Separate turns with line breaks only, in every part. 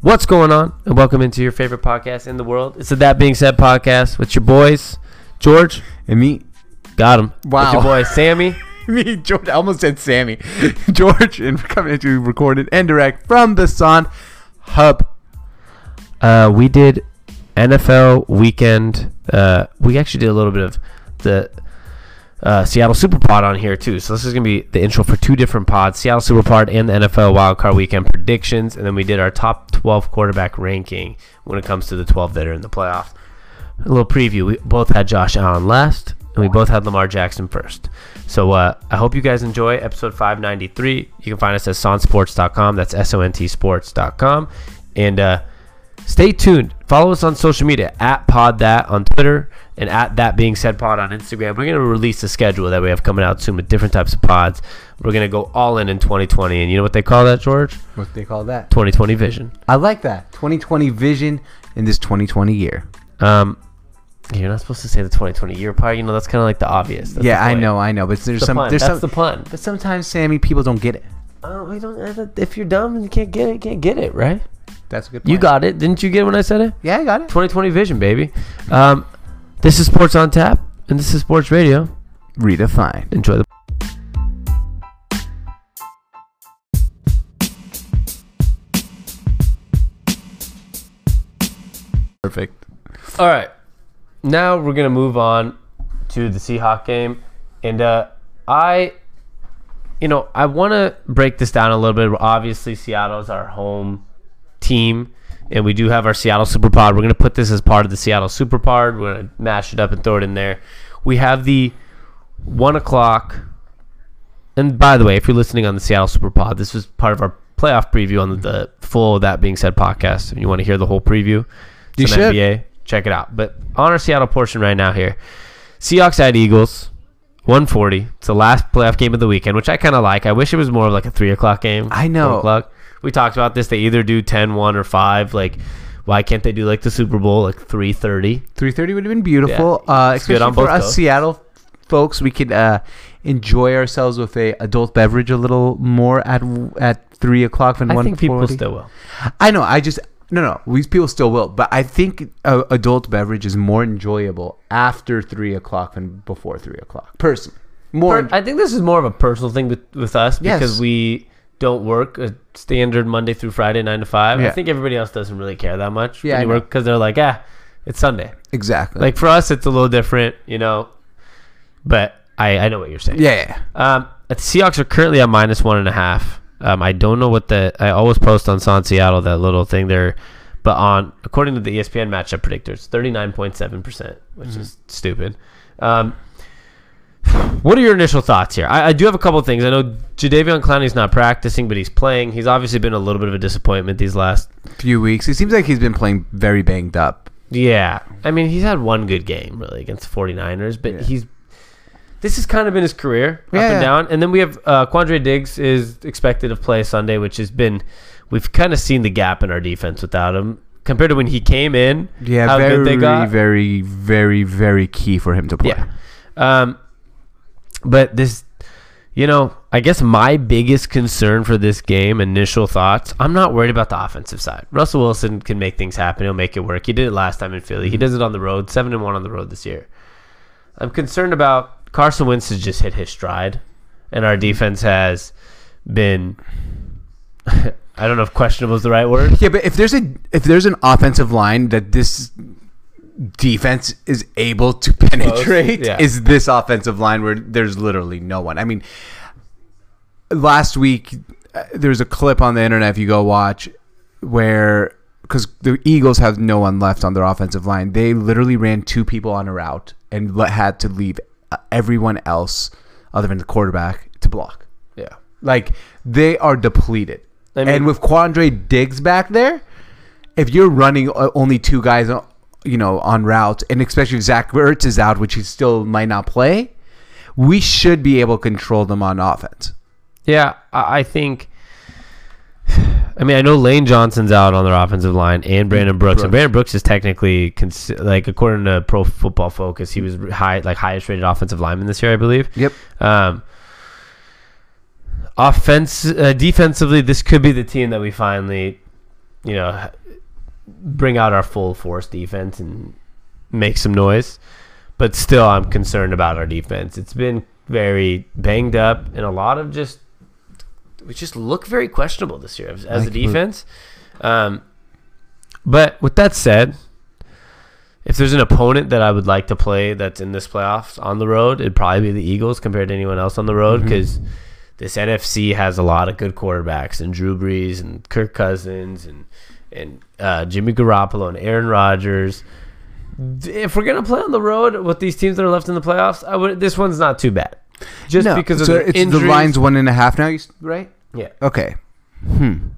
What's going on? And welcome into your favorite podcast in the world. It's the That Being Said podcast with your boys, George.
And me,
Got him.
Wow.
With your boy, Sammy.
me, George. I almost said Sammy, George, and we're coming at you recorded and direct from the Sun Hub.
Uh, we did NFL weekend. Uh, we actually did a little bit of the uh, Seattle Superpod on here too. So this is gonna be the intro for two different pods: Seattle Superpod and the NFL Wildcard Weekend predictions. And then we did our top 12 quarterback ranking when it comes to the 12 that are in the playoffs. A little preview: we both had Josh Allen last, and we both had Lamar Jackson first. So uh, I hope you guys enjoy episode 593. You can find us at sonsports.com. That's S-O-N-T sports.com. And uh, Stay tuned. Follow us on social media at Pod That on Twitter and at That Being Said Pod on Instagram. We're going to release the schedule that we have coming out soon with different types of pods. We're going to go all in in 2020. And you know what they call that, George?
What they call that?
2020 vision.
I like that. 2020 vision in this 2020 year.
Um, you're not supposed to say the 2020 year part. You know, that's kind of like the obvious. That's
yeah,
the
I
point.
know, I know. But there's
The
some,
pun.
there's
that's
some,
the pun.
but sometimes Sammy, people don't get it.
Uh, we don't, if you're dumb and you can't get it, you can't get it, right?
That's a good.
You got it. Didn't you get it when I said it?
Yeah, I got it.
2020 vision, baby. Um, this is Sports on Tap, and this is Sports Radio.
Redefined.
Enjoy the.
Perfect.
All right. Now we're going to move on to the Seahawk game. And uh, I, you know, I want to break this down a little bit. Obviously, Seattle's our home team. And we do have our Seattle Superpod. We're going to put this as part of the Seattle Superpod. We're going to mash it up and throw it in there. We have the one o'clock. And by the way, if you're listening on the Seattle Superpod, this was part of our playoff preview on the, the full That Being Said podcast. If you want to hear the whole preview,
You
it's an
should.
NBA. Check it out. But on our Seattle portion right now here, Seahawks at Eagles, 140. It's the last playoff game of the weekend, which I kind of like. I wish it was more of like a 3 o'clock game.
I know.
4 o'clock. We talked about this. They either do 10-1 or 5. Like, why can't they do like the Super Bowl, like 3.30?
3:30 would have been beautiful.
Yeah,
uh,
it's good
especially
on
for
both
us
coasts.
Seattle folks, we could uh, enjoy ourselves with a adult beverage a little more at at three o'clock than
I
one.
think people still will.
I know. I just no no. We people still will, but I think uh, adult beverage is more enjoyable after three o'clock than before three o'clock. Personally, more.
Per- I think this is more of a personal thing with, with us because
Yes.
we don't work a standard Monday through Friday, 9 to 5. I
Yeah.
think everybody else doesn't really care that much.
Yeah, I
Because
know.
work 'cause they're like, ah, it's Sunday.
exactly.
Like for us, it's a little different, you know. But I, I know what you're saying.
yeah, yeah.
Um, the Seahawks are currently at minus one and a half. Um, I don't know what the I always post on San Seattle that little thing there, but on according to the E ESPN matchup predictors, thirty nine point seven percent, which is stupid. Um, what are your initial thoughts here? I, I do have a couple of things. I know Jadavion Clowney's not practicing, but he's playing. He's obviously been a little bit of a disappointment these last
Few weeks. It seems like he's been playing very banged up.
yeah. I mean, he's had one good game, really, against the 49ers, but
Yeah.
he's. This has kind of been his career, up
Yeah.
and down. And then we have uh, Quandre Diggs is expected to play Sunday, which has been. We've kind of seen the gap in our defense without him compared to when he came in.
Yeah,
how
very,
good they got.
very, very, very key for him to play.
Yeah. Um, but this, you know, I guess my biggest concern for this game, initial thoughts, I'm not worried about the offensive side. Russell Wilson can make things happen. He'll make it work. He did it last time in Philly. He does it on the road, seven and one on the road this year. I'm concerned about Carson Wentz has just hit his stride, and our defense has been. I don't know if questionable is the right word.
Yeah, but if there's a if there's an offensive line that this defense is able to penetrate,
yeah.
is this offensive line where there's literally no one. I mean, last week uh, there's a clip on the internet if you go watch where because the Eagles have no one left on their offensive line, they literally ran two people on a route and le- had to leave uh, everyone else other than the quarterback to block.
Yeah.
Like they are depleted.
I mean-
and with Quandre Diggs back there, if you're running o- only two guys, uh, you know, on route, and especially if Zach Ertz is out, which he still might not play, we should be able to control them on offense.
Yeah, I I think. I mean, I know Lane Johnson's out on their offensive line, and Brandon Brooks. And Brandon Brooks is technically, cons- like according to Pro Football Focus, he was high, like highest rated offensive lineman this year, I believe.
Yep.
Um, offense, uh, defensively, this could be the team that we finally you know, bring out our full force defense and make some noise. But still, I'm concerned about our defense. It's been very banged up, and a lot of just we just look very questionable this year as, as a
Like, we-
defense. Um, but with that said, if there's an opponent that I would like to play that's in this playoffs on the road, it'd probably be the Eagles compared to anyone else on the road because this NFC has a lot of good quarterbacks and Drew Brees and Kirk Cousins and and uh, Jimmy Garoppolo and Aaron Rodgers. D- If we're gonna play on the road with these teams that are left in the playoffs, I would. This one's not too bad, just
No,
because of
so
their
it's
injuries.
the line's one and a half now, you s- right?
Yeah.
Okay. Hmm.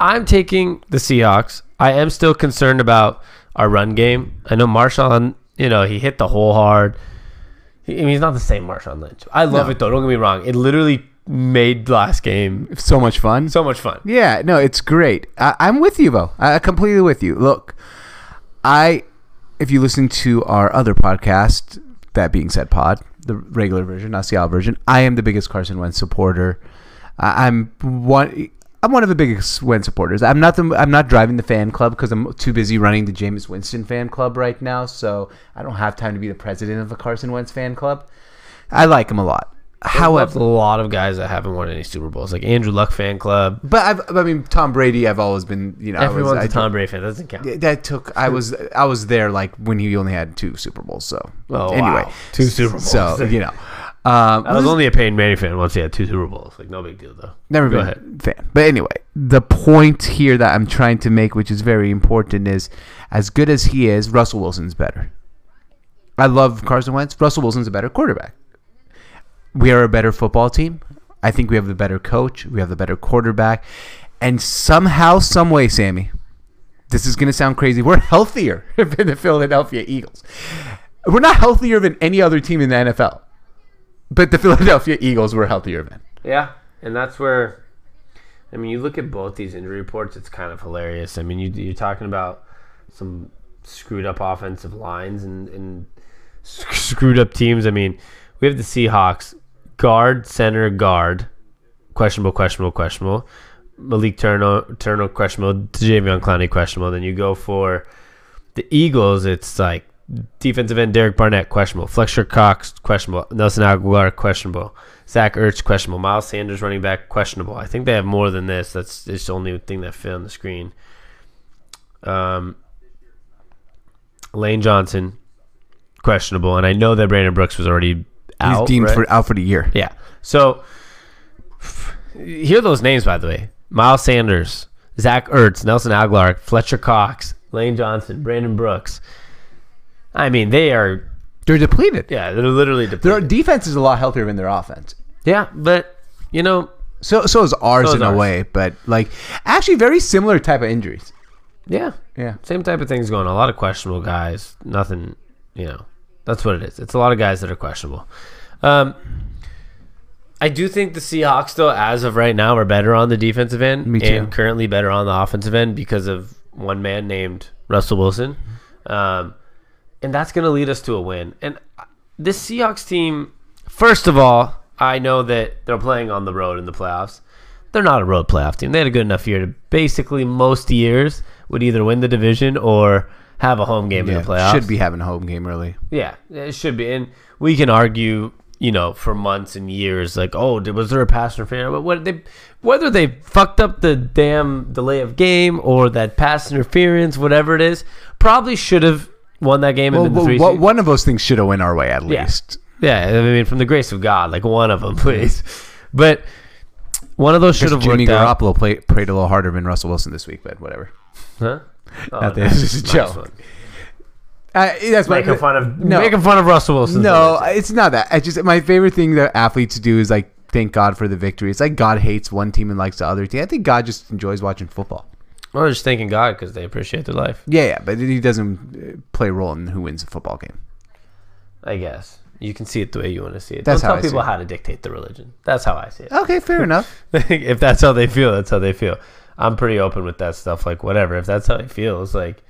I'm taking the Seahawks. I am still concerned about our run game. I know Marshawn, you know, he hit the hole hard. He, I mean, he's not the same Marshawn Lynch. I love
No.
it though. Don't get me wrong. It literally made last game
So much fun.
so much fun.
Yeah, no, it's great. I, I'm with you, though. I, I completely with you. Look, I, if you listen to our other podcast, that being said, pod the regular version, not Seattle version, I am the biggest Carson Wentz supporter. I, I'm one. I'm one of the biggest Wentz supporters. I'm not the. I'm not driving the fan club because I'm too busy running the Jameis Winston fan club right now. So I don't have time to be the president of the Carson Wentz fan club. I like him a lot.
However,
However,
a lot of guys that haven't won any Super Bowls, like Andrew Luck fan club.
but I've, I mean, Tom Brady. I've always been. You know, I was-
Everyone's
I
a Tom Brady fan. That doesn't count.
Yeah, that took I was I was there like when he only had two Super Bowls. So
Oh,
anyway,
wow. Two Super Bowls.
So you know, um,
I was only a Peyton Manning fan once he had two Super Bowls. Like no big deal though.
never
Go
been a fan. But anyway, the point here that I'm trying to make, which is very important, is as good as he is, Russell Wilson's better. I love Carson Wentz. Russell Wilson's a better quarterback. We are a better football team. I think we have the better coach. We have the better quarterback. And somehow, some way, Sammy, this is going to sound crazy. We're healthier than the Philadelphia Eagles. We're not healthier than any other team in the NFL, but the Philadelphia Eagles were healthier than.
Yeah, and that's where, I mean, you look at both these injury reports. It's kind of hilarious. I mean, you, you're talking about some screwed up offensive lines and, and sc- screwed up teams. I mean, we have the Seahawks guard, center, guard, questionable, questionable, questionable. Malik Turner, Turner, questionable. Javion Clowney, questionable. Then you go for the Eagles. It's like defensive end Derek Barnett, questionable. Fletcher Cox, questionable. Nelson Aguilar, questionable. Zach Ertz, questionable. Miles Sanders, running back, questionable. I think they have more than this. That's it's the only thing that fit on the screen. Um, Lane Johnson, questionable, and I know that Brandon Brooks was already out.
He's deemed
right?
for out for the year.
Yeah. So hear those names, by the way: Miles Sanders, Zach Ertz, Nelson Aguilar, Fletcher Cox, Lane Johnson, Brandon Brooks. I mean, they are.
They're depleted.
Yeah, they're literally depleted.
Their defense is a lot healthier than their offense.
yeah, but you know,
So so is ours
So is
in
ours.
a way, but like actually very similar type of injuries.
yeah,
Yeah.
same type of things going. on. A lot of questionable guys. Nothing. You know, that's what it is. It's a lot of guys that are questionable. Um, I do think the Seahawks, though, as of right now, are better on the defensive end
Me too.
and currently better on the offensive end because of one man named Russell Wilson. Um, and that's going to lead us to a win. And I- this Seahawks team, first of all, I know that they're playing on the road in the playoffs. They're not a road playoff team. They had a good enough year to basically most years would either win the division or have a home game in the playoffs.
Should be having a home game early.
Yeah, it should be. And we can argue, you know, for months and years, like, oh, did, was there a pass interference? But what they, whether they fucked up the damn delay of game or that pass interference, whatever it is, probably should have won that game.
Well,
and been the
well,
three
well,
seed.
one of those things should have went our way at
Yeah.
least.
Yeah, I mean, from the grace of God, like one of
Mm-hmm.
them, please. But one of those should have
Jimmy
worked out.
Garoppolo play, prayed a little harder than Russell Wilson this week, but whatever.
Huh? Oh,
Not
nice-
this. This is a
nice
joke.
one.
Uh, that's my
Making fun of
No.
making fun of Russell Wilson.
No, it's not that. I just my favorite thing that athletes do is like thank God for the victory. It's like God hates one team and likes the other team. I think God just enjoys watching football.
I was just thanking God because they appreciate their life.
Yeah, yeah, but he doesn't uh, play a role in who wins the football game.
I guess you can see it the way you want to see it.
That's
Don't
how
tell
I see
people
it.
how to dictate the religion. That's how I see it.
Okay, fair enough.
if that's how they feel, that's how they feel. I'm pretty open with that stuff. Like whatever. If that's how it feels, like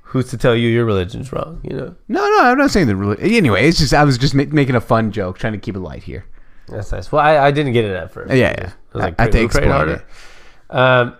who's to tell you your religion's wrong? You know.
No, no, I'm not saying that really. Anyway, it's just I was just ma- making a fun joke, trying to keep it light here.
That's nice. Well, I, I didn't get it at first.
Yeah, yeah.
I was like, I,
I- I had to
think
explain
harder. Um,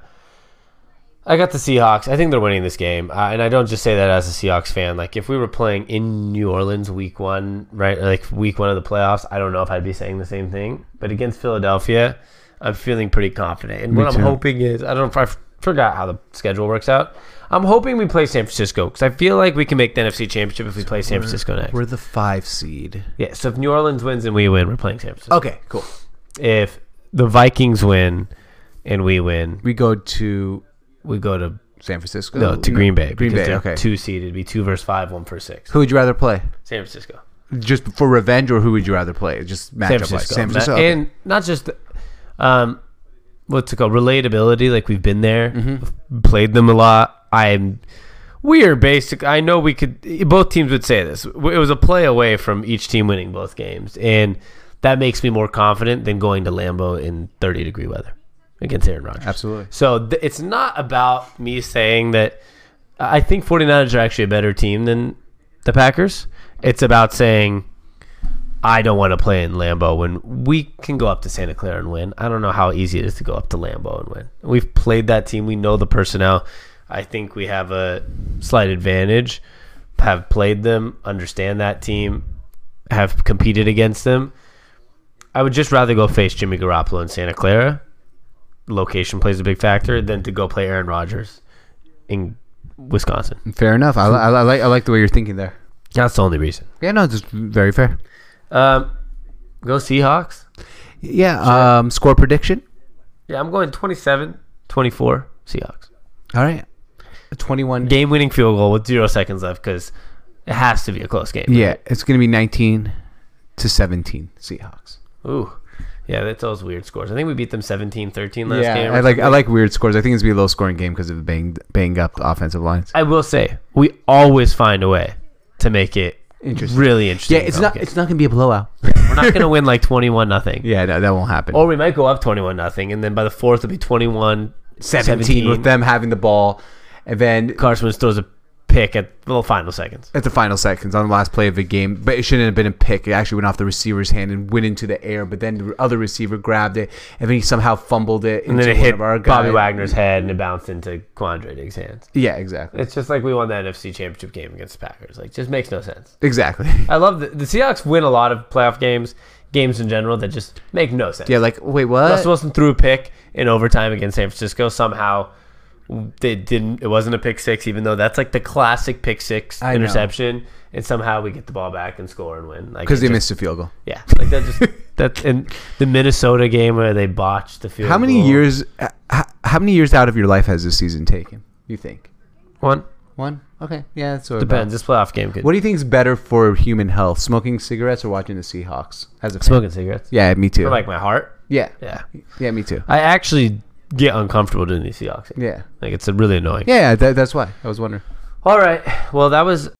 I got the Seahawks. I think they're winning this game, uh, and I don't just say that as a Seahawks fan. Like if we were playing in New Orleans Week One, right, or, like Week One of the playoffs, I don't know if I'd be saying the same thing. But against Philadelphia, I'm feeling pretty confident. And
Me
what
too.
I'm hoping is, I don't know if I f- forgot how the schedule works out. I'm hoping we play San Francisco because I feel like we can make the NFC Championship if we play San Francisco next.
We're the five seed.
Yeah. So if New Orleans wins and we win, we're playing San Francisco.
Okay, cool.
If the Vikings win and we win,
We go to
we go to
San Francisco.
No, to Green Bay.
Green
because
Bay.
they're
Okay.
Two seeded, It'd be two versus five, one versus six.
Who would you rather play?
San Francisco.
Just for revenge, or who would you rather play? Just
San
matchup wise.
Francisco.
San Francisco.
Not-
okay.
And not just, um, what's it called? Relatability. Like we've been there,
Mm-hmm.
played them a lot. I'm. We are basic. I know we could. Both teams would say this. It was a play away from each team winning both games, and that makes me more confident than going to Lambeau in 30 degree weather against Aaron Rodgers.
Absolutely.
So th- it's not about me saying that I think 49ers are actually a better team than the Packers. It's about saying I don't want to play in Lambeau when we can go up to Santa Clara and win. I don't know how easy it is to go up to Lambeau and win. We've played that team. We know the personnel. I think we have a slight advantage. Have played them, understand that team, have competed against them. I would just rather go face Jimmy Garoppolo in Santa Clara. Location plays a big factor than to go play Aaron Rodgers in Wisconsin.
Fair enough. I, li- I, li- I like I like the way you're thinking there.
That's the only reason.
Yeah, no, just very fair.
Um, go Seahawks.
Yeah. Um, score prediction.
Yeah, I'm going 27 24 Seahawks.
All right. Twenty-one.
Game winning field goal with zero seconds left because it has to be a close game.
Yeah, it's gonna be nineteen to seventeen Seahawks.
Ooh. Yeah, that's those weird scores. I think we beat them 17 13 last game. or
I like I like weird scores. I think it's gonna be a low scoring game because of the banged banged up offensive lines.
I will say we always find a way to make it
Interesting.
really interesting.
it's not gonna be a blowout. Oh,
we're not going to win like twenty one nothing.
Yeah, no, that won't happen.
Or we might go up twenty one nothing, and then by the fourth it'll be 21
17, with them having the ball, and then
Carson Wentz throws a pick at the final seconds.
at the final seconds on the last play of the game, but it shouldn't have been a pick. It actually went off the receiver's hand and went into the air, but then the other receiver grabbed it, and then he somehow fumbled it
And then
into
it
one
hit
of our
Bobby
guys.
Wagner's head and it bounced into Quandre Diggs' hands.
Yeah, exactly,
It's just like we won the NFC Championship game against the Packers. Like, just makes no sense.
exactly.
I love the, the Seahawks win a lot of playoff games, games in general that just make no sense.
Yeah, like wait, what?
Russell Wilson threw a pick in overtime against San Francisco. Somehow, they didn't. It wasn't a pick six, even though that's like the classic pick six
I know.
interception. And somehow we get the ball back and score and win. Like
Because
it
they
just-
missed a field goal.
Yeah, like that just that's in the Minnesota game where they botched the field.
How many
goal.
years? h- h- How many years out of your life has this season taken? You think
One
one? Okay, yeah, that's what
depends. This playoff game could
What do you think is better for human health: smoking cigarettes or watching the Seahawks? As a fan?
smoking cigarettes.
Yeah, me too.
For like my heart.
yeah,
Yeah,
yeah, me too.
I actually get uncomfortable doing these Seahawks. games.
Yeah,
Like it's really annoying.
yeah, that, that's why I was wondering.
All right. Well, that was